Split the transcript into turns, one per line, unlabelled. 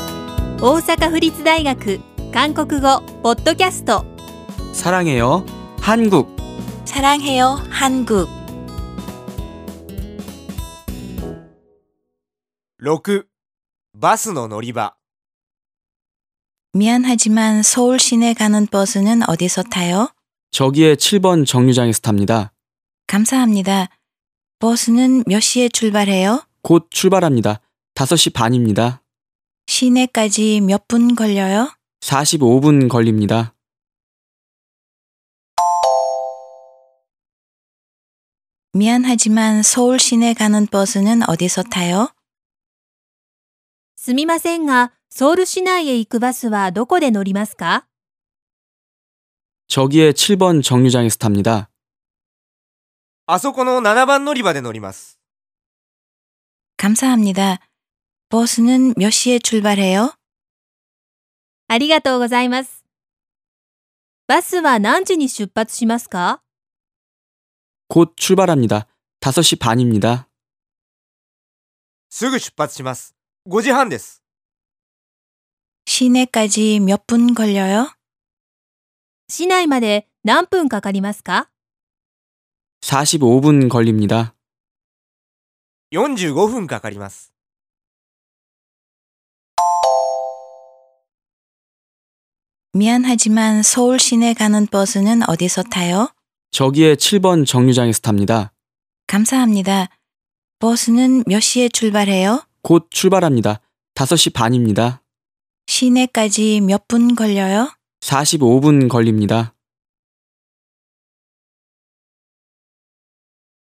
大阪府立大学韓国語ポッドキャスト
사랑해요. 한국.
사랑해요, 한국.
6. バスの乗り場。
미안하지만 서울 시내 가는 버스는 어디서 타요?
저기에 7번 정류장에서 탑니다.
감사합니다. 버스는 몇 시에 출발해요?
곧 출발합니다. 5시 반입니다.
시내까지 몇 분 걸려요?
45분 걸립니다.
미안하지만 서울 시내 가는 버스는 어디서 타요?
すみませんがソウル市内へ行くバスはどこで乗りますか
저기에 7번 정류장에서 탑니다.
あそこの7番乗り場で乗ります。
감사합니다. 버스는 몇 시에 출발해요?
ありがとうございますバスは何時に出発しますか
곧 출발합니다. 5시 반입니다.
すぐ出発します。5時半です。
시내까지 몇 분 걸려요?
市内まで何分かかりますか
45분 걸립니다.
45分かかります。
미안하지만 서울 시내 가는 버스는 어디서 타요?
저기에 7번 정류장에서 탑니다.
감사합니다. 버스는 몇 시에 출발해요?
곧 출발합니다. 5시 반입니다.
시내까지 몇 분 걸려요?
45분 걸립니다.